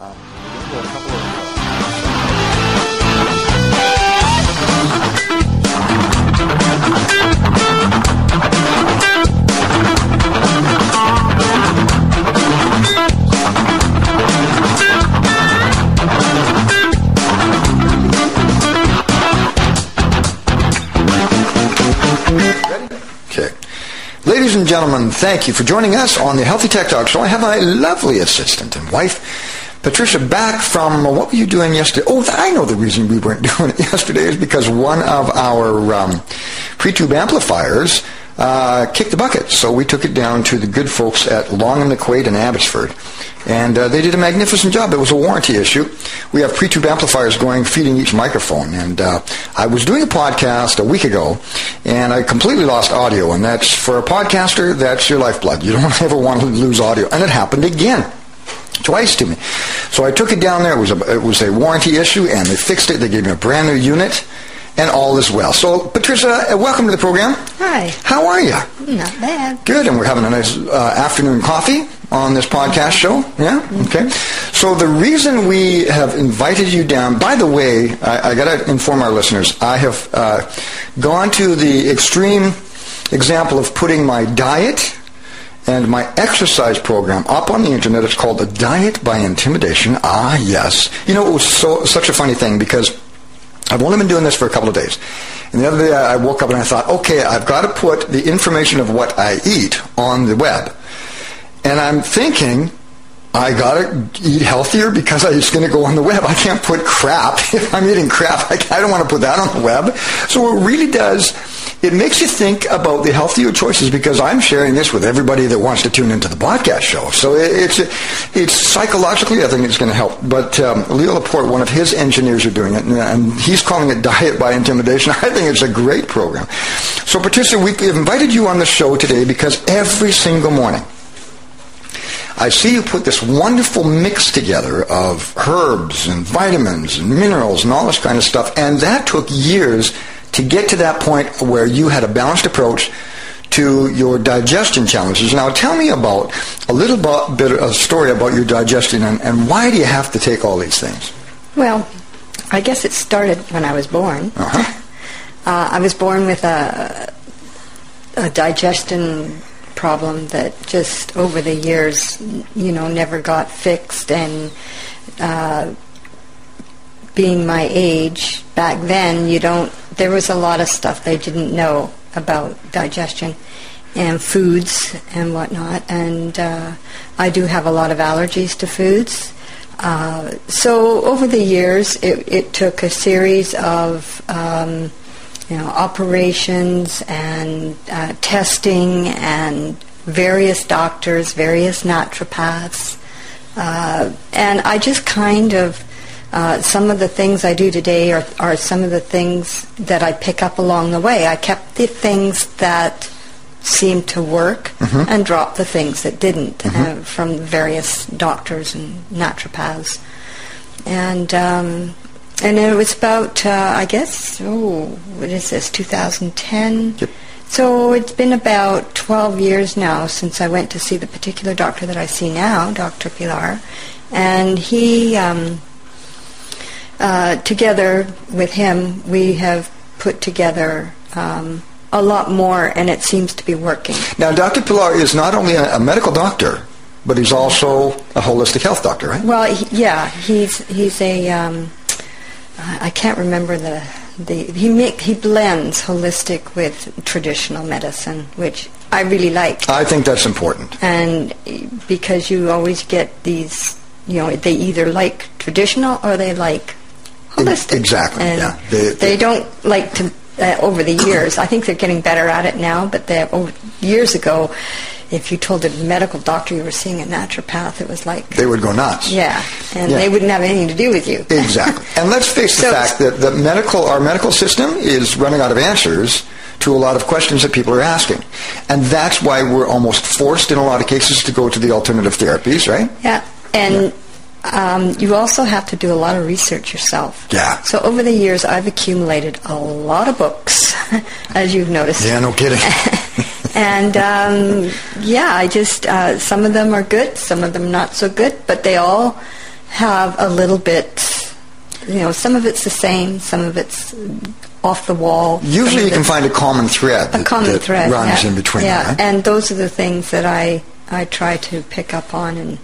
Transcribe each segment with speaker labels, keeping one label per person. Speaker 1: Um, we're gonna go a couple of-
Speaker 2: Okay. Ladies and gentlemen, thank you for joining us on the Healthy Tech Talk Show. I have my lovely assistant and wife, Patricia, back from uh, what were you doing yesterday? Oh, I know the reason we weren't doing it yesterday is because one of our um, pre-tube amplifiers uh, kicked the bucket. So we took it down to the good folks at Long and McQuaid in Abbotsford. And uh, they did a magnificent job. It was a warranty issue. We have pre-tube amplifiers going, feeding each microphone. And uh, I was doing a podcast a week ago, and I completely lost audio. And that's, for a podcaster, that's your lifeblood. You don't ever want to lose audio. And it happened again twice to me. So I took it down there. It was a, it was a warranty issue, and they fixed it. They gave me a brand new unit, and all is well. So, Patricia, uh, welcome to the program.
Speaker 3: Hi.
Speaker 2: How are you?
Speaker 3: Not bad.
Speaker 2: Good, and we're having a nice uh, afternoon coffee on this podcast show. Yeah? Okay. So the reason we have invited you down, by the way, I, I got to inform our listeners, I have uh, gone to the extreme example of putting my diet and my exercise program up on the internet. It's called The Diet by Intimidation. Ah, yes. You know, it was so, such a funny thing because I've only been doing this for a couple of days. And the other day I woke up and I thought, okay, I've got to put the information of what I eat on the web. And I'm thinking, I gotta eat healthier because I'm just gonna go on the web. I can't put crap. If I'm eating crap, I, I don't want to put that on the web. So it really does. It makes you think about the healthier choices because I'm sharing this with everybody that wants to tune into the podcast show. So it, it's it's psychologically, I think it's going to help. But um, Leo Laporte, one of his engineers, are doing it, and, and he's calling it diet by intimidation. I think it's a great program. So Patricia, we have invited you on the show today because every single morning. I see you put this wonderful mix together of herbs and vitamins and minerals and all this kind of stuff, and that took years to get to that point where you had a balanced approach to your digestion challenges. Now, tell me about a little bo- bit of story about your digestion and, and why do you have to take all these things?
Speaker 3: Well, I guess it started when I was born.
Speaker 2: Uh-huh.
Speaker 3: Uh, I was born with a, a digestion problem that just over the years, you know, never got fixed. And uh, being my age back then, you don't. There was a lot of stuff they didn't know about digestion and foods and whatnot. And uh, I do have a lot of allergies to foods. Uh, so over the years, it, it took a series of um, you know operations and uh, testing and various doctors, various naturopaths, uh, and I just kind of. Uh, some of the things I do today are, are some of the things that I pick up along the way. I kept the things that seemed to work and dropped the things that didn't uh, from various doctors and naturopaths and um, and it was about uh, I guess oh what is this 2010.
Speaker 2: Yep.
Speaker 3: So it's been about 12 years now since I went to see the particular doctor that I see now, Dr. Pilar, and he. Um, uh, together with him, we have put together um, a lot more, and it seems to be working.
Speaker 2: Now, Dr. Pilar is not only a, a medical doctor, but he's also a holistic health doctor, right?
Speaker 3: Well, he, yeah, he's he's a um, I I can't remember the the he make, he blends holistic with traditional medicine, which I really like,
Speaker 2: I think that's important.
Speaker 3: and because you always get these, you know, they either like traditional or they like holistic.
Speaker 2: Exactly,
Speaker 3: And
Speaker 2: yeah. They-
Speaker 3: They,
Speaker 2: they-
Speaker 3: don't like to. Uh, over the years, I think they're getting better at it now. But they, over, years ago, if you told a medical doctor you were seeing a naturopath, it was like
Speaker 2: They would go nuts.
Speaker 3: yeah, and
Speaker 2: Yeah.
Speaker 3: they wouldn't have anything to do with you.
Speaker 2: Exactly. And let's face the
Speaker 3: So-
Speaker 2: fact that the medical, our medical system is running out of answers to a lot of questions that people are asking. And that's why we're almost forced in a lot of cases to go to the alternative therapies, right?
Speaker 3: Yeah, and Um, you also have to do a lot of research yourself.
Speaker 2: Yeah.
Speaker 3: So over the years, I've accumulated a lot of books, as you've noticed.
Speaker 2: Yeah, no kidding.
Speaker 3: and um, yeah, I just uh, some of them are good, some of them not so good, but they all have a little bit, you know, some of it's the same, some of it's off the wall. some
Speaker 2: Usually
Speaker 3: of
Speaker 2: you can
Speaker 3: it's-
Speaker 2: find a common thread
Speaker 3: a
Speaker 2: that-
Speaker 3: common
Speaker 2: that
Speaker 3: thread
Speaker 2: runs
Speaker 3: yeah.
Speaker 2: in between.
Speaker 3: Yeah,
Speaker 2: right?
Speaker 3: and those are the things that I I try to pick up on and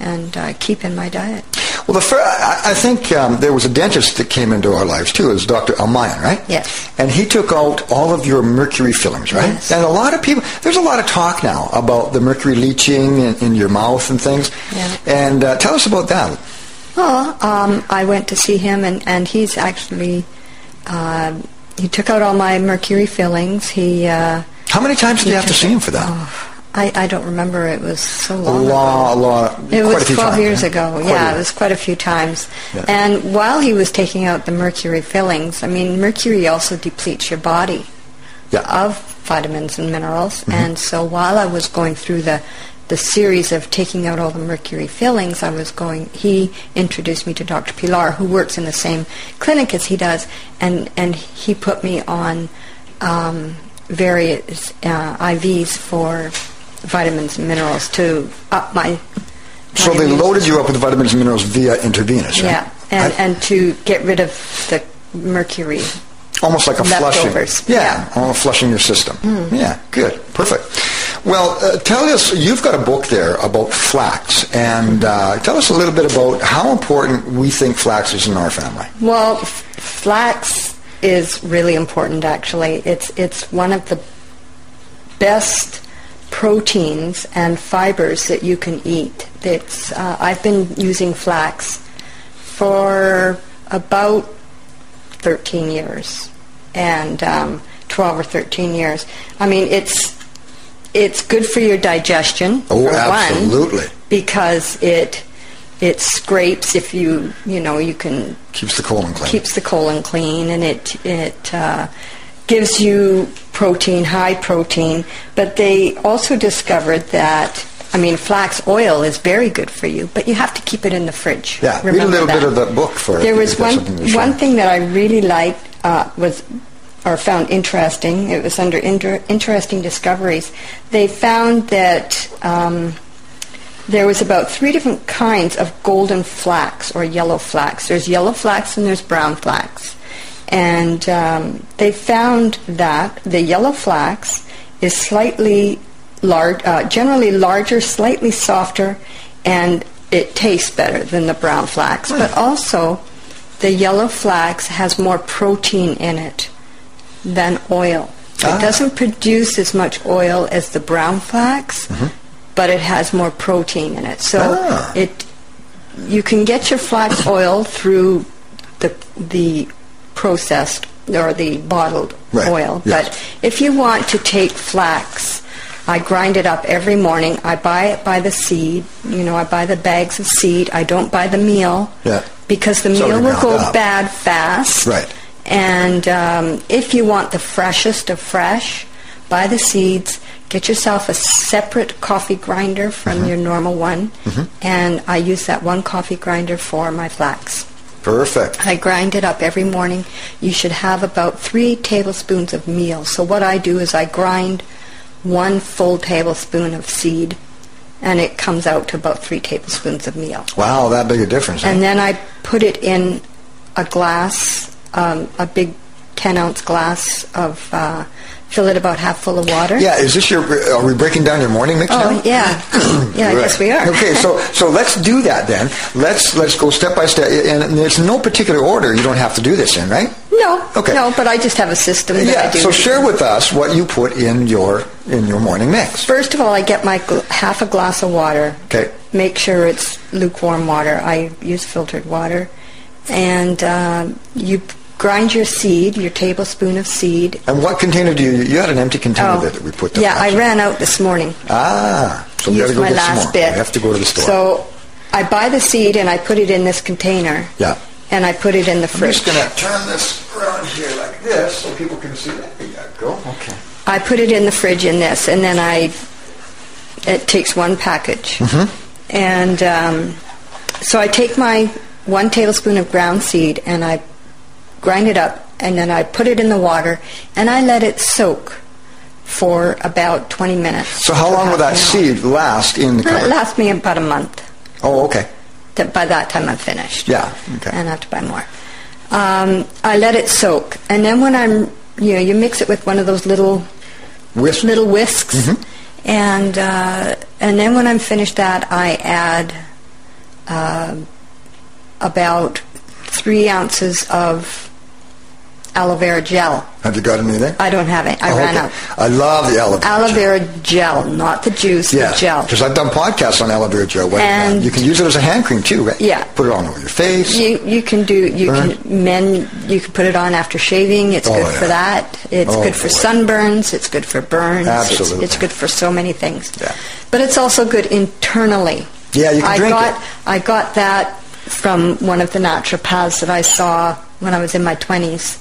Speaker 3: and uh, keep in my diet.
Speaker 2: Well, the fir- I I think um, there was a dentist that came into our lives too. It was Dr. Almayan, right?
Speaker 3: Yes.
Speaker 2: And he took out all of your mercury fillings, right?
Speaker 3: Yes.
Speaker 2: And a lot of people, there's a lot of talk now about the mercury leaching in, in your mouth and things.
Speaker 3: Yeah.
Speaker 2: And uh, tell us about that.
Speaker 3: Well, um, I went to see him, and, and he's actually uh, he took out all my mercury fillings. He uh,
Speaker 2: How many times did you have to see him for that?
Speaker 3: oh, I I don't remember. It was
Speaker 2: a
Speaker 3: so long. ago.
Speaker 2: lot, a lot.
Speaker 3: It
Speaker 2: quite a
Speaker 3: was
Speaker 2: few
Speaker 3: 12
Speaker 2: times,
Speaker 3: years
Speaker 2: huh?
Speaker 3: ago.
Speaker 2: Quite a
Speaker 3: yeah,
Speaker 2: lot.
Speaker 3: it was quite a few times.
Speaker 2: Yeah.
Speaker 3: And while he was taking out the mercury fillings, I mean, mercury also depletes your body
Speaker 2: Yeah. Mm-hmm.
Speaker 3: of vitamins and minerals. And so while I was going through the the series of taking out all the mercury fillings, I was going. He introduced me to Dr. Pilar, who works in the same clinic as he does, and and he put me on um, various uh, IVs for vitamins and minerals to up my
Speaker 2: So they
Speaker 3: vitamins.
Speaker 2: loaded you up with vitamins and minerals via intravenous, right?
Speaker 3: Yeah, and,
Speaker 2: I-
Speaker 3: and to get rid of the mercury.
Speaker 2: almost like a
Speaker 3: Leftovers.
Speaker 2: flushing.
Speaker 3: Yeah. Hmm.
Speaker 2: Yeah, almost flushing your system. Yeah, good, perfect. Well, uh, tell us, you've got a book there about flax, and uh, tell us a little bit about how important we think flax is in our family.
Speaker 3: Well, f- flax is really important. Actually, it's it's one of the best proteins and fibers that you can eat. It's uh, I've been using flax for about 13 years and um, 12 or 13 years. I mean, it's it's good for your digestion.
Speaker 2: Oh,
Speaker 3: for one,
Speaker 2: absolutely.
Speaker 3: because it it scrapes if you you know you can
Speaker 2: Keeps the colon clean.
Speaker 3: keeps the colon clean and it it uh, gives you protein, high protein. But they also discovered that I mean flax oil is very good for you, but you have to keep it in the fridge.
Speaker 2: Yeah, read a
Speaker 3: Remember
Speaker 2: little
Speaker 3: that.
Speaker 2: bit of the book for it,
Speaker 3: There
Speaker 2: because
Speaker 3: was
Speaker 2: that's
Speaker 3: one
Speaker 2: something to
Speaker 3: one
Speaker 2: share.
Speaker 3: thing that I really liked uh, was or found interesting. It was under inter- interesting discoveries. They found that. Um, there was about three different kinds of golden flax or yellow flax. There's yellow flax and there's brown flax. And um, they found that the yellow flax is slightly large, uh, generally larger, slightly softer, and it tastes better than the brown flax. But also, the yellow flax has more protein in it than oil.
Speaker 2: Ah.
Speaker 3: It doesn't produce as much oil as the brown flax, but it has more protein in it. So
Speaker 2: Mm-hmm. Ah.
Speaker 3: it you can get your flax oil through the the processed or the bottled
Speaker 2: Right,
Speaker 3: oil,
Speaker 2: yes.
Speaker 3: but if you want to take flax, I grind it up every morning. I buy it by the seed. You know, I buy the bags of seed. I don't buy the meal
Speaker 2: Yeah.
Speaker 3: because the
Speaker 2: It's
Speaker 3: meal
Speaker 2: already
Speaker 3: will go
Speaker 2: ground up.
Speaker 3: bad fast.
Speaker 2: Right.
Speaker 3: And um, if you want the freshest of fresh, buy the seeds. Get yourself a separate coffee grinder from
Speaker 2: Mm-hmm.
Speaker 3: your normal one, and I use that one coffee grinder for my flax.
Speaker 2: Perfect.
Speaker 3: I grind it up every morning. You should have about three tablespoons of meal. So what I do is I grind one full tablespoon of seed, and it comes out to about three tablespoons of meal.
Speaker 2: Wow, that big a difference. huh?
Speaker 3: And then I put it in a glass, um, a big 10 ounce glass of, uh, fill it about half full of water.
Speaker 2: yeah, is this your? uh, Are we breaking down your morning mix now?
Speaker 3: Oh, yeah. yeah, I guess
Speaker 2: Right.
Speaker 3: we are.
Speaker 2: okay, so so let's do that then. Let's let's go step by step, and there's no particular order. You don't have to do this in, right?
Speaker 3: No,
Speaker 2: Okay.
Speaker 3: no, but I just have a system that I
Speaker 2: Yeah.
Speaker 3: do.
Speaker 2: So share with us what you put in your in your morning mix.
Speaker 3: First of all, I get my gl- half a glass of water.
Speaker 2: Okay.
Speaker 3: Make sure it's lukewarm water. I use filtered water, and uh, you grind your seed, your tablespoon of seed.
Speaker 2: And what container do you? You had an empty container there that we put the
Speaker 3: Oh, yeah,
Speaker 2: flax
Speaker 3: I
Speaker 2: in.
Speaker 3: ran out this morning.
Speaker 2: Ah, so we got to
Speaker 3: used
Speaker 2: go
Speaker 3: my
Speaker 2: get some
Speaker 3: last
Speaker 2: more.
Speaker 3: bit.
Speaker 2: We have to go to the store.
Speaker 3: So I buy the seed and I put it in this container.
Speaker 2: Yeah.
Speaker 3: And I put it in the
Speaker 2: I'm
Speaker 3: fridge.
Speaker 2: just gonna turn this around here like this so people can see that. There you go. Okay.
Speaker 3: I put it in the fridge in this, and then I it takes one package,
Speaker 2: Mm-hmm.
Speaker 3: and um, so I take my one tablespoon of ground seed and I grind it up, and then I put it in the water, and I let it soak for about 20 minutes.
Speaker 2: So how
Speaker 3: to
Speaker 2: long will
Speaker 3: half
Speaker 2: that
Speaker 3: an hour.
Speaker 2: seed last in the
Speaker 3: Well, It
Speaker 2: cupboard?
Speaker 3: lasts me about a month.
Speaker 2: Oh, okay.
Speaker 3: that by that time I'm finished.
Speaker 2: Yeah, okay.
Speaker 3: And I have to buy more. Um, I let it soak, and then when I'm, you know, you mix it with one of those little
Speaker 2: Whisk.
Speaker 3: little whisks,
Speaker 2: Mm-hmm.
Speaker 3: and uh, and then when I'm finished that, I add uh, about three ounces of aloe vera gel.
Speaker 2: Have you got anything?
Speaker 3: I don't have it. I
Speaker 2: Oh,
Speaker 3: ran
Speaker 2: okay.
Speaker 3: out.
Speaker 2: I love the aloe vera.
Speaker 3: Aloe
Speaker 2: gel.
Speaker 3: vera gel, not the juice,
Speaker 2: Yeah,
Speaker 3: the gel.
Speaker 2: because I've done podcasts on aloe vera gel. What
Speaker 3: And-
Speaker 2: you can use it as a hand cream too, right?
Speaker 3: Yeah.
Speaker 2: Put it on over your face.
Speaker 3: You you can do you
Speaker 2: Burn?
Speaker 3: can men you can put it on after shaving. It's
Speaker 2: Oh,
Speaker 3: good for
Speaker 2: yeah.
Speaker 3: that. It's
Speaker 2: Oh,
Speaker 3: good for
Speaker 2: boy.
Speaker 3: sunburns. It's good for burns.
Speaker 2: Absolutely.
Speaker 3: It's, it's good for so many things.
Speaker 2: Yeah.
Speaker 3: But it's also good internally.
Speaker 2: Yeah, you can
Speaker 3: I
Speaker 2: drink
Speaker 3: got
Speaker 2: it.
Speaker 3: I got that from one of the naturopaths that I saw when I was in my twenties.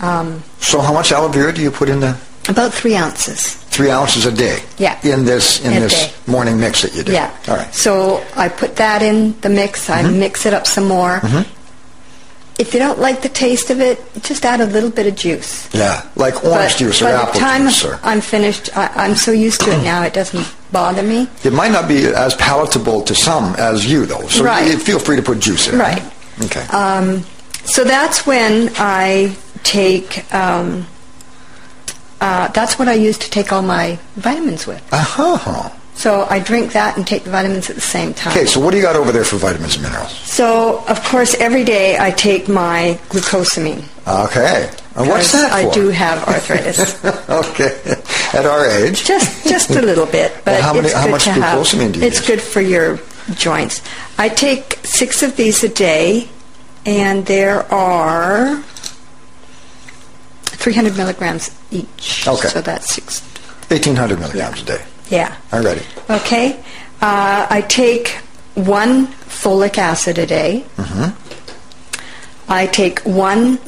Speaker 3: Um,
Speaker 2: So how much aloe vera do you put in the
Speaker 3: about three ounces.
Speaker 2: three ounces a day?
Speaker 3: Yeah.
Speaker 2: In this in
Speaker 3: A
Speaker 2: this
Speaker 3: day.
Speaker 2: morning mix that you do.
Speaker 3: Yeah.
Speaker 2: All right. Mm-hmm.
Speaker 3: So I put that in the mix. I mix it up some more. If you don't like the taste of it, just add a little bit of juice.
Speaker 2: Yeah. Like orange
Speaker 3: But
Speaker 2: juice or
Speaker 3: by
Speaker 2: apple
Speaker 3: the time
Speaker 2: juice or.
Speaker 3: I'm finished, I, I'm so used to it now, it doesn't bother me.
Speaker 2: It might not be as palatable to some as you though. So
Speaker 3: Right.
Speaker 2: you, feel free to put juice in. it.
Speaker 3: Right.
Speaker 2: Okay.
Speaker 3: Um, so that's when I take. Um, uh, that's what I use to take all my vitamins with.
Speaker 2: uh-huh.
Speaker 3: So I drink that and take the vitamins at the same time.
Speaker 2: Okay, so what do you got over there for vitamins and minerals?
Speaker 3: So of course, every day I take my glucosamine.
Speaker 2: Okay. And what's
Speaker 3: 'cause
Speaker 2: that for?
Speaker 3: I do have arthritis,
Speaker 2: okay. At our age.
Speaker 3: just just a little bit, but
Speaker 2: Well, how many-
Speaker 3: it's
Speaker 2: how
Speaker 3: good
Speaker 2: much
Speaker 3: to have.
Speaker 2: glucosamine do you
Speaker 3: it's
Speaker 2: use?
Speaker 3: good for your joints. I take six of these a day, and there are 300 milligrams each.
Speaker 2: Okay.
Speaker 3: So that's six.
Speaker 2: 1,800 milligrams a day.
Speaker 3: Yeah.
Speaker 2: All righty.
Speaker 3: Okay. Uh, I take one folic acid a day.
Speaker 2: Mm-hmm.
Speaker 3: I take one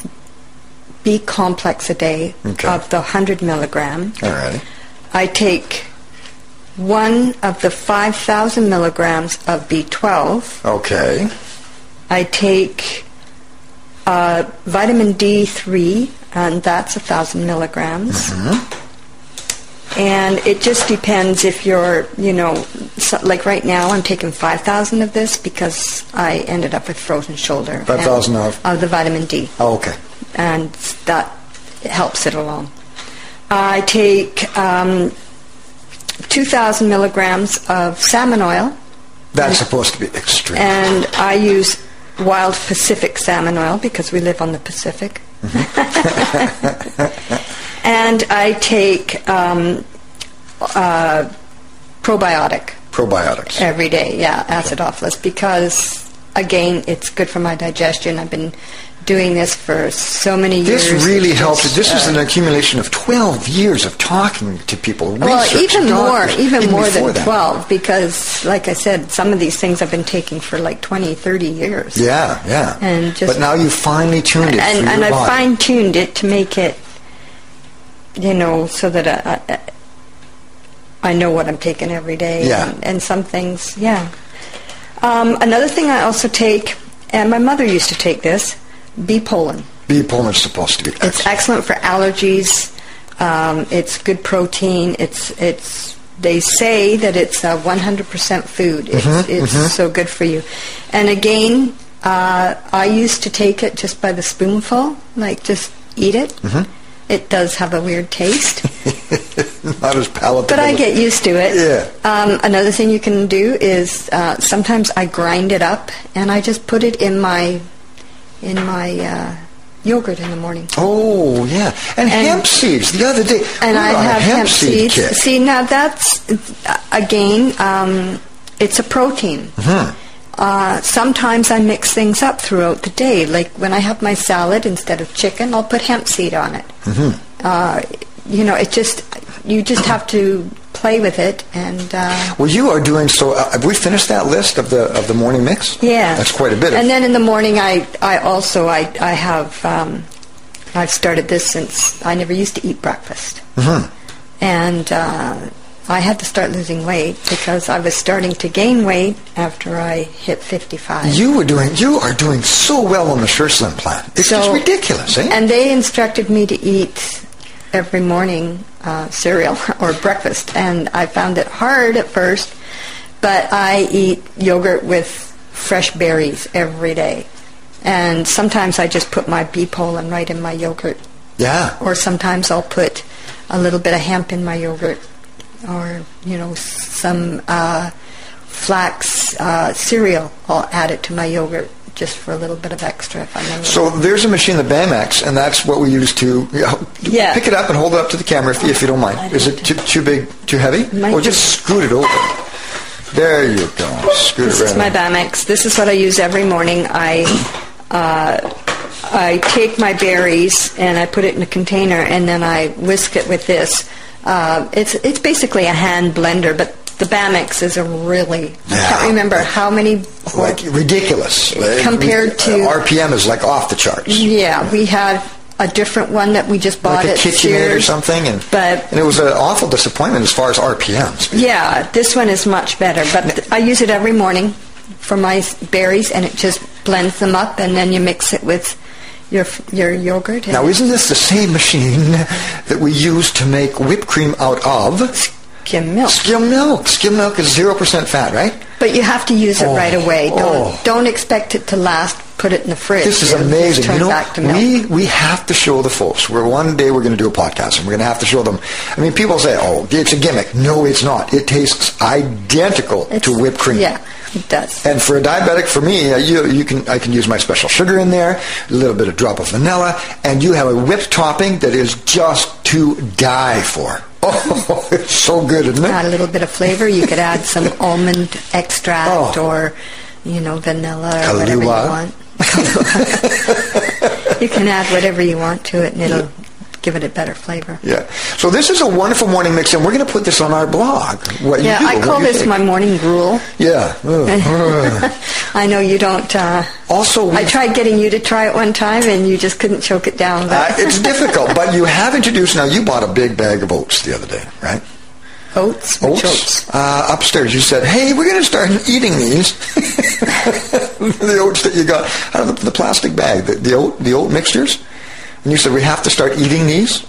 Speaker 3: B complex a day
Speaker 2: Okay.
Speaker 3: of the 100 milligram.
Speaker 2: All righty.
Speaker 3: I take one of the 5,000 milligrams of B12.
Speaker 2: Okay.
Speaker 3: I take uh, vitamin D3, and that's 1,000 milligrams. And it just depends if you're, you know, so, like right now I'm taking 5,000 of this because I ended up with frozen shoulder. and-
Speaker 2: 5,000 of?
Speaker 3: Of the vitamin D
Speaker 2: Oh, okay.
Speaker 3: and that helps it along. I take um, 2,000 milligrams of salmon oil,
Speaker 2: That's supposed to be extreme.
Speaker 3: and I use wild Pacific salmon oil because we live on the Pacific.
Speaker 2: Mm-hmm.
Speaker 3: and I take um, uh, probiotic
Speaker 2: Probiotics.
Speaker 3: every day, yeah, acid offless, because again, it's good for my digestion. I've been doing this for so many
Speaker 2: This
Speaker 3: years.
Speaker 2: really
Speaker 3: It's
Speaker 2: helps.
Speaker 3: just,
Speaker 2: This is
Speaker 3: uh,
Speaker 2: an accumulation of 12 years of talking to people.
Speaker 3: Well,
Speaker 2: research,
Speaker 3: even more,
Speaker 2: doctors,
Speaker 3: even, more
Speaker 2: before
Speaker 3: than
Speaker 2: that.
Speaker 3: 12, because, like I said, some of these things I've been taking for like 20, 30 years.
Speaker 2: Yeah, yeah.
Speaker 3: And just-
Speaker 2: but now you finally tuned it for
Speaker 3: And,
Speaker 2: your
Speaker 3: and I
Speaker 2: body.
Speaker 3: fine tuned it to make it, you know, so that I, I, I know what I'm taking every day.
Speaker 2: Yeah.
Speaker 3: And, and some things, yeah. Um, another thing I also take, and my mother used to take this, B pollen.
Speaker 2: B Pullman's supposed to be
Speaker 3: It's
Speaker 2: excellent.
Speaker 3: excellent for allergies. Um, it's good protein. It's it's. They say that it's uh, 100% food. It's, it's so good for you. And again, uh, I used to take it just by the spoonful, like just eat it. It does have a weird taste,
Speaker 2: Not as palatable.
Speaker 3: but I get used to it.
Speaker 2: Yeah.
Speaker 3: Um, another thing you can do is uh, sometimes I grind it up and I just put it in my in my uh, yogurt in the morning.
Speaker 2: Oh, yeah. And,
Speaker 3: And-
Speaker 2: hemp seeds. The other day.
Speaker 3: and
Speaker 2: we were
Speaker 3: I
Speaker 2: on a
Speaker 3: have
Speaker 2: hemp, seed kick.
Speaker 3: See, now that's again, um, it's a protein.
Speaker 2: Mm-hmm.
Speaker 3: Uh, sometimes I mix things up throughout the day. Like when I have my salad, instead of chicken, I'll put hemp seed on it.
Speaker 2: Mm-hmm.
Speaker 3: Uh, you know, it just you just have to play with it, and uh,
Speaker 2: Well, you are doing so. Uh, have we finished that list of the of the morning mix?
Speaker 3: yeah,
Speaker 2: That's quite a bit. of-
Speaker 3: And then in the morning, I I also I I have um, I've started this since I never used to eat breakfast.
Speaker 2: Mm-hmm.
Speaker 3: and uh, I had to start losing weight because I was starting to gain weight after I hit 55.
Speaker 2: You were doing. You are doing so well on the Sure Slim plan. It's just
Speaker 3: So-
Speaker 2: ridiculous, eh?
Speaker 3: and they instructed me to eat every morning uh, cereal or breakfast, and I found it hard at first, but I eat yogurt with fresh berries every day. And sometimes I just put my bee pollen right in my yogurt.
Speaker 2: Yeah.
Speaker 3: Or sometimes I'll put a little bit of hemp in my yogurt, or you know some uh, flax uh, cereal. I'll add it to my yogurt just for a little bit of extra. If I'm a little-
Speaker 2: So there's a machine, the BAMX, and that's what we use to you know,
Speaker 3: Yeah.
Speaker 2: pick it up and hold it up to the camera if, if you don't
Speaker 3: I
Speaker 2: mind.
Speaker 3: don't
Speaker 2: Is it too, too big, too heavy?
Speaker 3: Might
Speaker 2: Or
Speaker 3: be.
Speaker 2: just scoot it over. There you go. Scoot
Speaker 3: This
Speaker 2: it
Speaker 3: is
Speaker 2: right
Speaker 3: my
Speaker 2: over.
Speaker 3: Bamex. This is what I use every morning. I uh, I take my berries and I put it in a container, and then I whisk it with this. Uh, it's it's basically a hand blender, but the Bamex is a really I
Speaker 2: Yeah.
Speaker 3: can't remember how many.
Speaker 2: Like ridiculous. uh,
Speaker 3: Compared to-
Speaker 2: RPM is like off the charts.
Speaker 3: Yeah, we had a different one that we just bought
Speaker 2: Like a
Speaker 3: at
Speaker 2: KitchenAid or
Speaker 3: Sears,
Speaker 2: something, and
Speaker 3: But
Speaker 2: and it was an awful disappointment as far as RPMs.
Speaker 3: Yeah, this one is much better, but th- I use it every morning for my s- berries, and it just blends them up, and then you mix it with your f- your yogurt. And
Speaker 2: Now, isn't this the same machine that we use to make whipped cream out of?
Speaker 3: skim milk?
Speaker 2: Skim milk. Skim milk is zero percent fat, right?
Speaker 3: But you have to use it
Speaker 2: Oh,
Speaker 3: right away. Don't
Speaker 2: oh.
Speaker 3: don't expect it to last. Put it in the fridge.
Speaker 2: This is
Speaker 3: It'll just
Speaker 2: amazing.
Speaker 3: turn
Speaker 2: You know,
Speaker 3: back to milk.
Speaker 2: we we have to show the folks. We're one day we're going to do a podcast, and we're going to have to show them. I mean, people say, "Oh, it's a gimmick." No, it's not. It tastes identical to
Speaker 3: It's-
Speaker 2: whipped cream.
Speaker 3: Yeah, it does.
Speaker 2: And for a diabetic, for me, uh, you, you can I can use my special sugar in there, a little bit of drop of vanilla, and you have a whipped topping that is just to die for. Oh, it's so good, isn't
Speaker 3: Add a
Speaker 2: it?
Speaker 3: little bit of flavor. You could add some almond extract
Speaker 2: Oh.
Speaker 3: or, you know, vanilla or whatever you
Speaker 2: Kahlua.
Speaker 3: want. you can add whatever you want to it, and it'll give it a better flavor.
Speaker 2: Yeah. So this is a wonderful morning mix, and we're going to put this on our blog. What
Speaker 3: Yeah,
Speaker 2: you do,
Speaker 3: I
Speaker 2: what
Speaker 3: call
Speaker 2: you
Speaker 3: this
Speaker 2: think.
Speaker 3: my morning gruel.
Speaker 2: Yeah. Ugh.
Speaker 3: I know you don't. Uh,
Speaker 2: Also, we-
Speaker 3: I tried getting you to try it one time, and you just couldn't choke it down.
Speaker 2: Uh,
Speaker 3: But
Speaker 2: it's difficult, but you have introduced. Now you bought a big bag of oats the other day, right?
Speaker 3: oats, which oats.
Speaker 2: Uh, upstairs, you said, "Hey, we're going to start eating these." the oats that you got out of the, the plastic bag, the, the oat, the oat mixtures, and you said we have to start eating these.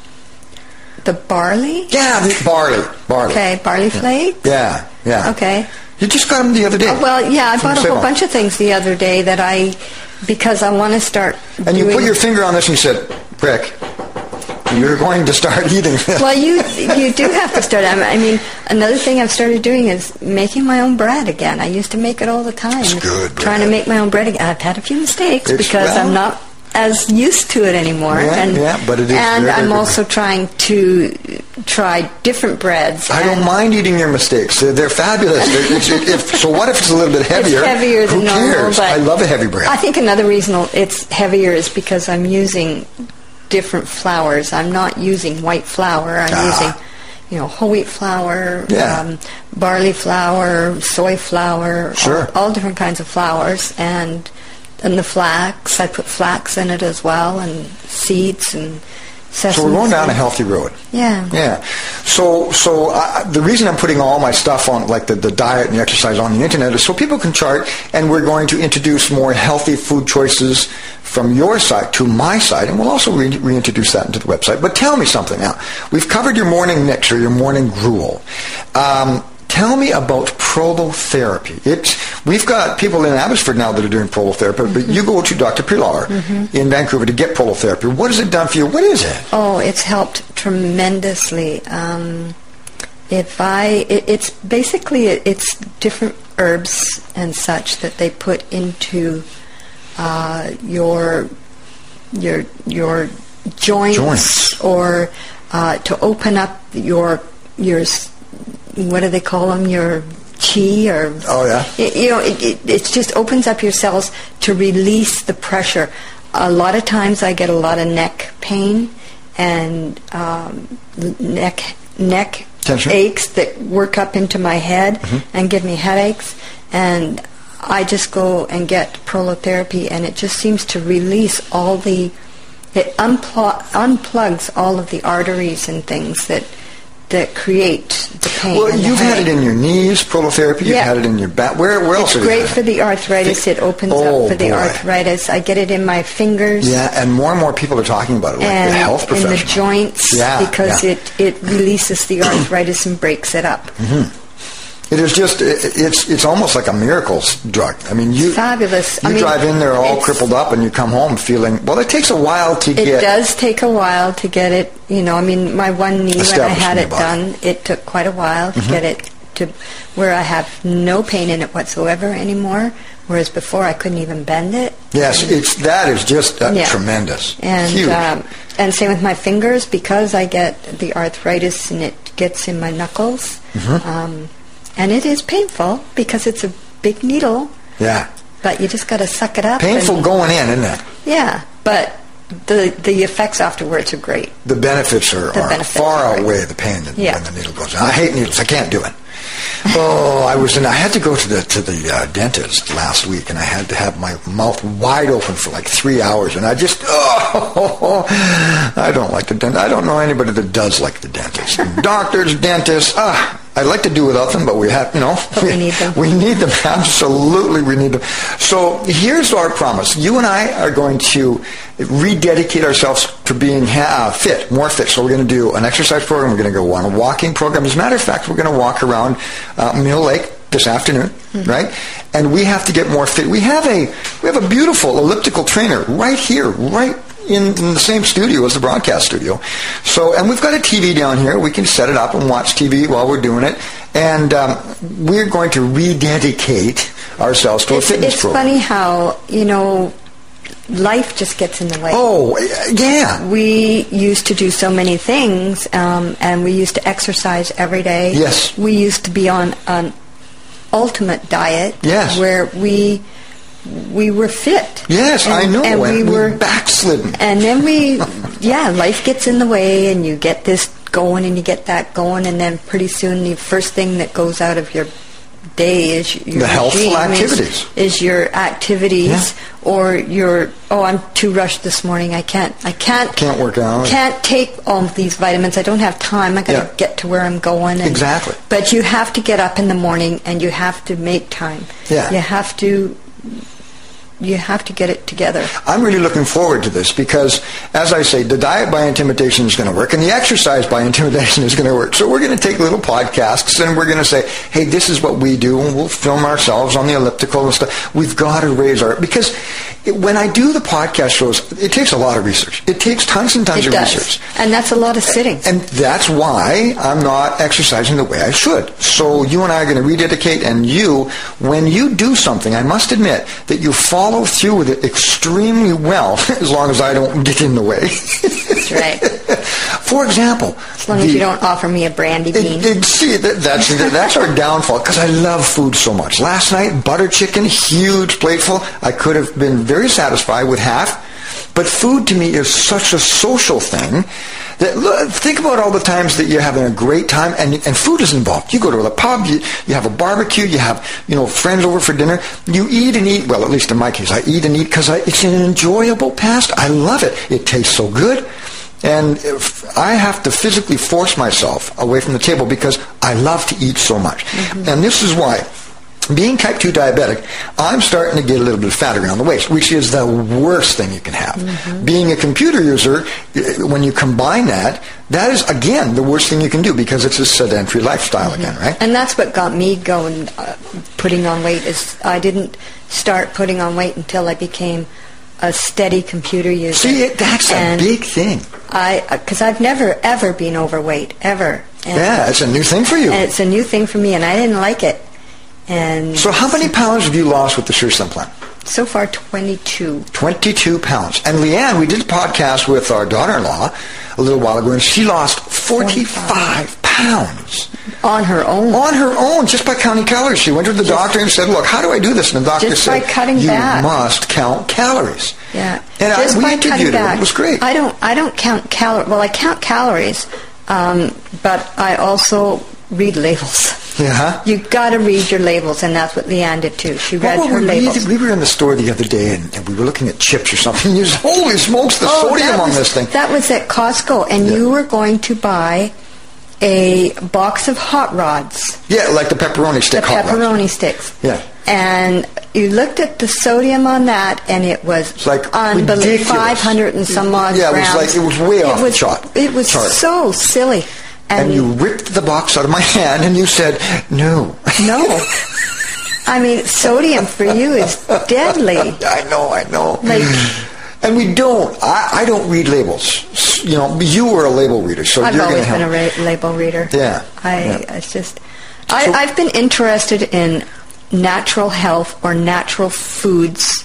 Speaker 3: the barley.
Speaker 2: Yeah, the barley, barley.
Speaker 3: Okay, barley flakes.
Speaker 2: Yeah, yeah.
Speaker 3: Okay.
Speaker 2: You just got them the other day.
Speaker 3: Uh, Well, yeah, I
Speaker 2: From
Speaker 3: bought a whole
Speaker 2: Save-On.
Speaker 3: bunch of things the other day that I, because I want to start.
Speaker 2: And you
Speaker 3: doing,
Speaker 2: put your finger on this and you said, "Rick, you're going to start eating this."
Speaker 3: Well, you you do have to start. I mean, another thing I've started doing is making my own bread again. I used to make it all the time.
Speaker 2: It's good
Speaker 3: Trying to
Speaker 2: bread.
Speaker 3: make my own bread again. I've had a few mistakes
Speaker 2: It's-
Speaker 3: because
Speaker 2: well-
Speaker 3: I'm not as used to it anymore.
Speaker 2: Yeah,
Speaker 3: and
Speaker 2: yeah, but it is
Speaker 3: And
Speaker 2: very, very
Speaker 3: I'm
Speaker 2: good.
Speaker 3: also trying to try different breads.
Speaker 2: I don't
Speaker 3: and-
Speaker 2: mind eating your mistakes. They're, they're fabulous. They're, it's, it, if, so what if it's a little bit heavier?
Speaker 3: It's heavier than
Speaker 2: Who
Speaker 3: normal,
Speaker 2: cares?
Speaker 3: but
Speaker 2: I love a heavy bread.
Speaker 3: I think another reason it's heavier is because I'm using different flours. I'm not using white flour. I'm
Speaker 2: Ah.
Speaker 3: using, you know, whole wheat flour, um,
Speaker 2: Yeah.
Speaker 3: barley flour, soy flour,
Speaker 2: Sure.
Speaker 3: all, all different kinds of flours, and and the flax. I put flax in it as well, and seeds and.
Speaker 2: so
Speaker 3: Sesame
Speaker 2: we're going down a
Speaker 3: seeds.
Speaker 2: healthy road.
Speaker 3: Yeah.
Speaker 2: Yeah. So so I, the reason I'm putting all my stuff on like the, the diet and the exercise on the internet is so people can chart and we're going to introduce more healthy food choices from your side to my side and we'll also re- reintroduce that into the website. But tell me something now. We've covered your morning mix or your morning gruel. Um, Tell me about prolotherapy. It's, we've got people in Abbotsford now that are doing prolotherapy, but you go to Dr. Pilar in Vancouver to get prolotherapy. What has it done for you? What is it?
Speaker 3: Oh, it's helped tremendously. Um, if I, it, it's basically it, it's different herbs and such that they put into uh, your your your joints,
Speaker 2: Joints.
Speaker 3: or uh, to open up your your s- what do they call them your chi or
Speaker 2: Oh, yeah.
Speaker 3: Y- you know it, it, it just opens up your cells to release the pressure a lot of times i get a lot of neck pain and um, neck neck
Speaker 2: Tension? Mm-hmm.
Speaker 3: aches that work up into my head and give me headaches and i just go and get prolotherapy and it just seems to release all the it unpl- unplugs all of the arteries and things that that create the pain
Speaker 2: Well,
Speaker 3: and the
Speaker 2: you've had it
Speaker 3: headache.
Speaker 2: in your knees, prolotherapy. You've
Speaker 3: Yeah.
Speaker 2: had it in your back. Where, where else?
Speaker 3: It's
Speaker 2: have you
Speaker 3: great
Speaker 2: had
Speaker 3: for the arthritis. It opens
Speaker 2: Oh,
Speaker 3: up for the
Speaker 2: boy.
Speaker 3: arthritis. I get it in my fingers
Speaker 2: Yeah, and more and more people are talking about it, like
Speaker 3: and
Speaker 2: the health
Speaker 3: in the
Speaker 2: professionals.
Speaker 3: joints
Speaker 2: Yeah,
Speaker 3: because
Speaker 2: yeah. Mm-hmm.
Speaker 3: it it releases the arthritis and breaks it up.
Speaker 2: It is just it, it's it's almost like a miracles drug. I mean, you
Speaker 3: Fabulous.
Speaker 2: You
Speaker 3: I mean,
Speaker 2: drive in there all
Speaker 3: it's-
Speaker 2: crippled up, and you come home feeling well. It takes a while to
Speaker 3: It
Speaker 2: get.
Speaker 3: does take a while to get it. You know, I mean, my one knee when I
Speaker 2: Established
Speaker 3: had
Speaker 2: in
Speaker 3: it
Speaker 2: your body. Mm-hmm.
Speaker 3: done, it took quite a while to get it to where I have no pain in it whatsoever anymore. Whereas before, I couldn't even bend it.
Speaker 2: Yes, it's that is just uh,
Speaker 3: Yeah.
Speaker 2: tremendous.
Speaker 3: And
Speaker 2: Huge.
Speaker 3: um, and same with my fingers because I get the arthritis and it gets in my knuckles.
Speaker 2: Mm-hmm.
Speaker 3: Um, and it is painful because it's a big needle,
Speaker 2: yeah,
Speaker 3: but you just got to suck it up.
Speaker 2: painful
Speaker 3: and-
Speaker 2: going in, isn't it?
Speaker 3: Yeah, but the the effects afterwards are great.
Speaker 2: The benefits are,
Speaker 3: The
Speaker 2: are
Speaker 3: benefits
Speaker 2: far
Speaker 3: are-
Speaker 2: outweigh the pain that,
Speaker 3: Yeah.
Speaker 2: when the needle goes in. I hate needles. I can't do it. Oh, I was in. I had to go to the to the uh, dentist last week, and I had to have my mouth wide open for like three hours, and I just oh, I don't like the dentist. I don't know anybody that does like the dentist. Doctors, dentists. Ah, I'd like to do without them, but we have you know
Speaker 3: But we need them.
Speaker 2: we need them. Absolutely, we need them. So here's our promise. You and I are going to rededicate ourselves to being ha- uh, fit, more fit. So we're going to do an exercise program. We're going to go on a walking program. As a matter of fact, we're going to walk around uh, Mill Lake this afternoon,
Speaker 3: Mm-hmm.
Speaker 2: right? And we have to get more fit. We have a we have a beautiful elliptical trainer right here, right in, in the same studio as the broadcast studio. So, and we've got a TV down here. We can set it up and watch TV while we're doing it. And um, we're going to rededicate ourselves to a
Speaker 3: it's,
Speaker 2: fitness
Speaker 3: it's
Speaker 2: program.
Speaker 3: funny how you know life just gets in the way
Speaker 2: Oh, yeah.
Speaker 3: we used to do so many things um, and we used to exercise every day
Speaker 2: Yes.
Speaker 3: we used to be on an ultimate diet
Speaker 2: Yes.
Speaker 3: where we we were fit
Speaker 2: Yes, I
Speaker 3: And-
Speaker 2: know.
Speaker 3: and we were
Speaker 2: backslidden.
Speaker 3: and then we yeah life gets in the way and you get this going and you get that going and then pretty soon the first thing that goes out of your day is your
Speaker 2: The healthful
Speaker 3: regime is-
Speaker 2: activities.
Speaker 3: is, your activities
Speaker 2: Yeah.
Speaker 3: or your oh i'm too rushed this morning i can't i can't
Speaker 2: Can't work out.
Speaker 3: can't take all of these vitamins i don't have time i gotta
Speaker 2: Yeah.
Speaker 3: get to where i'm going and,
Speaker 2: Exactly.
Speaker 3: but you have to get up in the morning and you have to make time
Speaker 2: Yeah.
Speaker 3: you have to you have to get it together
Speaker 2: I'm really looking forward to this because, as I say, the diet by intimidation is going to work and the exercise by intimidation is going to work. So we're going to take little podcasts and we're going to say, hey, this is what we do and we'll film ourselves on the elliptical and stuff. We've got to raise our, because it, when I do the podcast shows, it takes a lot of research. It takes tons and tons
Speaker 3: it
Speaker 2: of
Speaker 3: does
Speaker 2: research.
Speaker 3: and that's a lot of sitting
Speaker 2: And that's why I'm not exercising the way I should. So you and I are going to rededicate, and you, when you do something, I must admit that you follow through with it extremely well, as long as I don't get in the way.
Speaker 3: That's right.
Speaker 2: For example,
Speaker 3: As long as you don't offer me a brandy bean.
Speaker 2: It, it, see, that, that's that's our downfall because I love food so much. Last night, butter chicken, huge plateful. I could have been very satisfied with half, but food to me is such a social thing. That look, think about all the times that you're having a great time, and and food is involved. You go to the pub, you, you have a barbecue, you have you know friends over for dinner. You eat and eat. Well, at least in my case, I eat and eat because it's an enjoyable past. I love it. It tastes so good. And if I have to physically force myself away from the table because I love to eat so much.
Speaker 3: Mm-hmm.
Speaker 2: And this is why, being type 2 diabetic, I'm starting to get a little bit fat around the waist, which is the worst thing you can have.
Speaker 3: Mm-hmm.
Speaker 2: Being a computer user, eh, when you combine that, that is, again, the worst thing you can do because it's a sedentary lifestyle again, right?
Speaker 3: Mm-hmm. and that's what got me going, uh, putting on weight. Is I didn't start putting on weight until I became a steady computer user.
Speaker 2: See, it, that's
Speaker 3: and
Speaker 2: a big thing.
Speaker 3: I, because I've never ever been overweight ever. And,
Speaker 2: Yeah, it's a new thing for you.
Speaker 3: and it's a new thing for me, and I didn't like it. And
Speaker 2: So how many pounds have you lost with the Sure Slim Plan?
Speaker 3: so far, 22.
Speaker 2: 22 pounds. And Leanne, we did a podcast with our daughter-in-law a little while ago, and she lost 45 pounds
Speaker 3: On her own.
Speaker 2: on her own just by counting calories. She went to the doctor and said, "Look, how do I do this?" And the doctor
Speaker 3: Just by
Speaker 2: said,
Speaker 3: cutting
Speaker 2: "You
Speaker 3: back."
Speaker 2: must count calories."
Speaker 3: Yeah.
Speaker 2: And I,
Speaker 3: Just
Speaker 2: we
Speaker 3: by
Speaker 2: interviewed
Speaker 3: cutting
Speaker 2: her.
Speaker 3: back.
Speaker 2: It was great.
Speaker 3: I don't. I don't count calories. Well, I count calories, um, but I also read labels.
Speaker 2: Yeah, huh?
Speaker 3: You got to read your labels, and that's what Leanne did too. She read
Speaker 2: Uh-huh. What were
Speaker 3: her
Speaker 2: we,
Speaker 3: labels.
Speaker 2: we were in the store the other day and, and we were looking at chips or something. You said, Holy smokes, the
Speaker 3: Oh,
Speaker 2: sodium
Speaker 3: that
Speaker 2: on
Speaker 3: was-
Speaker 2: this thing.
Speaker 3: That was at Costco, and
Speaker 2: Yeah.
Speaker 3: you were going to buy a box of hot rods,
Speaker 2: yeah, like the pepperoni
Speaker 3: the
Speaker 2: stick hot rods.
Speaker 3: pepperoni sticks.
Speaker 2: Yeah.
Speaker 3: And you looked at the sodium on that, and it was
Speaker 2: It's like
Speaker 3: unbelievable,
Speaker 2: ridiculous.
Speaker 3: five hundred and some odd
Speaker 2: Yeah, it was
Speaker 3: grams.
Speaker 2: like- it was way off the
Speaker 3: was-
Speaker 2: chart-
Speaker 3: It was
Speaker 2: chart.
Speaker 3: so silly,
Speaker 2: and you ripped the box out of my hand and you said, no.
Speaker 3: No. I mean, sodium for you is deadly.
Speaker 2: I know, I know.
Speaker 3: Like-
Speaker 2: and we don't. I, I don't read labels. S- You know, you were a label reader, so
Speaker 3: I've
Speaker 2: you're going
Speaker 3: always
Speaker 2: to help.
Speaker 3: been a ra- label reader.
Speaker 2: Yeah,
Speaker 3: I
Speaker 2: yeah.
Speaker 3: it's just I,
Speaker 2: So-
Speaker 3: I've been interested in natural health or natural foods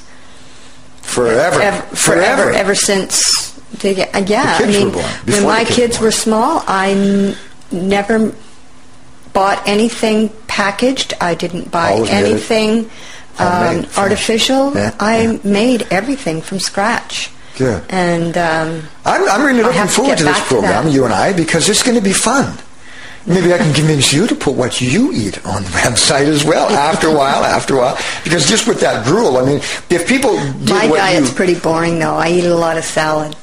Speaker 2: forever,
Speaker 3: ev- forever, ever since they get, uh, yeah.
Speaker 2: The kids
Speaker 3: I mean,
Speaker 2: were born,
Speaker 3: when
Speaker 2: before
Speaker 3: my
Speaker 2: the kids
Speaker 3: kids
Speaker 2: were
Speaker 3: were small, I n- never bought anything packaged. I didn't buy
Speaker 2: Always made it
Speaker 3: anything
Speaker 2: homemade,
Speaker 3: um,
Speaker 2: fresh.
Speaker 3: artificial.
Speaker 2: Yeah,
Speaker 3: I
Speaker 2: yeah.
Speaker 3: made everything from scratch.
Speaker 2: Good.
Speaker 3: And um,
Speaker 2: I'm, I'm really
Speaker 3: I
Speaker 2: looking
Speaker 3: have to
Speaker 2: forward
Speaker 3: get
Speaker 2: to this
Speaker 3: back to
Speaker 2: program,
Speaker 3: that.
Speaker 2: you and I, because it's going to be fun. Maybe I can convince you to put what you eat on the website as well. After a while, after a while, because just with that gruel, I mean, if people did
Speaker 3: my
Speaker 2: what
Speaker 3: diet's
Speaker 2: you,
Speaker 3: pretty boring, though. I eat a lot of salad,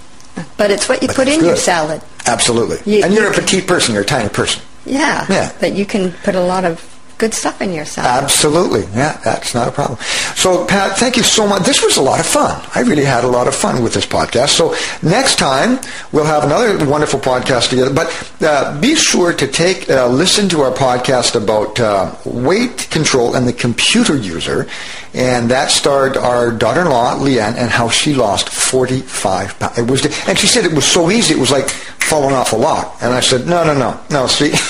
Speaker 3: but it's what you put
Speaker 2: that's
Speaker 3: in your
Speaker 2: good.
Speaker 3: salad.
Speaker 2: absolutely,
Speaker 3: You-
Speaker 2: and
Speaker 3: you
Speaker 2: you're a
Speaker 3: can-
Speaker 2: petite person, you're a tiny person.
Speaker 3: Yeah.
Speaker 2: Yeah.
Speaker 3: But you can put a lot of good stuff in your salad.
Speaker 2: Absolutely. Yeah, that's not a problem. So, Pat, thank you so much. This was a lot of fun. I really had a lot of fun with this podcast. So, next time we'll have another wonderful podcast together. But uh, be sure to take uh, listen to our podcast about uh, weight control and the computer user, and that starred our daughter-in-law Leanne and how she lost 45 pounds. It was, and she said it was so easy. It was like falling off a log. And I said, no, no, no, no. See.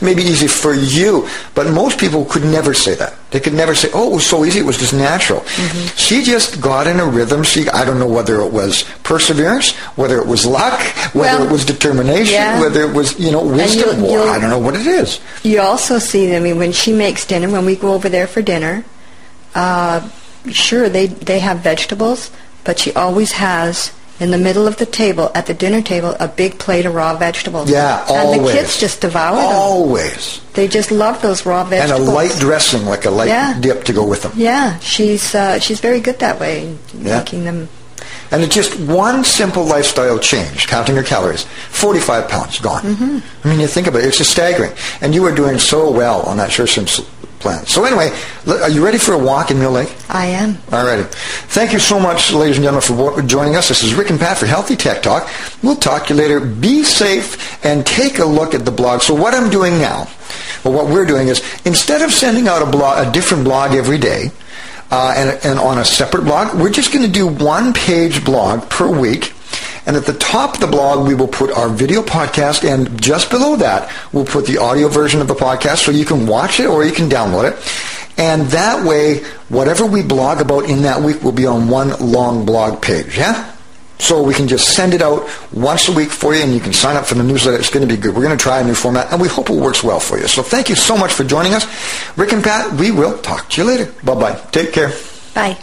Speaker 2: Maybe easy for you, but most people could never say that. They could never say, "Oh, it was so easy; it was just natural."
Speaker 3: Mm-hmm.
Speaker 2: She just got in a rhythm. She—I don't know whether it was perseverance, whether it was luck, whether
Speaker 3: Well,
Speaker 2: it was determination,
Speaker 3: yeah.
Speaker 2: whether it was you know wisdom.
Speaker 3: you'll-
Speaker 2: or
Speaker 3: you'll-
Speaker 2: I don't know what it is.
Speaker 3: You also see, I mean, when she makes dinner, when we go over there for dinner, uh, sure, they, they have vegetables, but she always has, in the middle of the table, at the dinner table, a big plate of raw vegetables.
Speaker 2: Yeah,
Speaker 3: and
Speaker 2: always.
Speaker 3: the kids just devour them.
Speaker 2: Always,
Speaker 3: They just love those raw
Speaker 2: and a
Speaker 3: vegetables.
Speaker 2: light dressing, like a light
Speaker 3: Yeah.
Speaker 2: dip to go with them.
Speaker 3: Yeah, she's, uh, she's very good that way,
Speaker 2: Yeah.
Speaker 3: making them.
Speaker 2: And it's just one simple lifestyle change, counting your calories. 45 pounds gone.
Speaker 3: Mm-hmm.
Speaker 2: I mean, you think about it, it's just staggering. And you are doing so well on that Shersham s- plan. So anyway, l- are you ready for a walk in Mill Lake?
Speaker 3: I am.
Speaker 2: All righty. Thank you so much, ladies and gentlemen, for bo- joining us. This is Rick and Pat for Healthy Tech Talk. We'll talk to you later. Be safe and take a look at the blog. So what I'm doing now, or what we're doing is, instead of sending out a blog, a different blog every day, uh, and, and on a separate blog, we're just going to do one page blog per week. And at the top of the blog, we will put our video podcast, and just below that, we'll put the audio version of the podcast so you can watch it or you can download it. And that way, whatever we blog about in that week will be on one long blog page, yeah? So we can just send it out once a week for you, and you can sign up for the newsletter. It's going to be good. We're going to try a new format, and we hope it works well for you. So thank you so much for joining us. Rick and Pat, we will talk to you later. Bye-bye. Take care.
Speaker 3: Bye.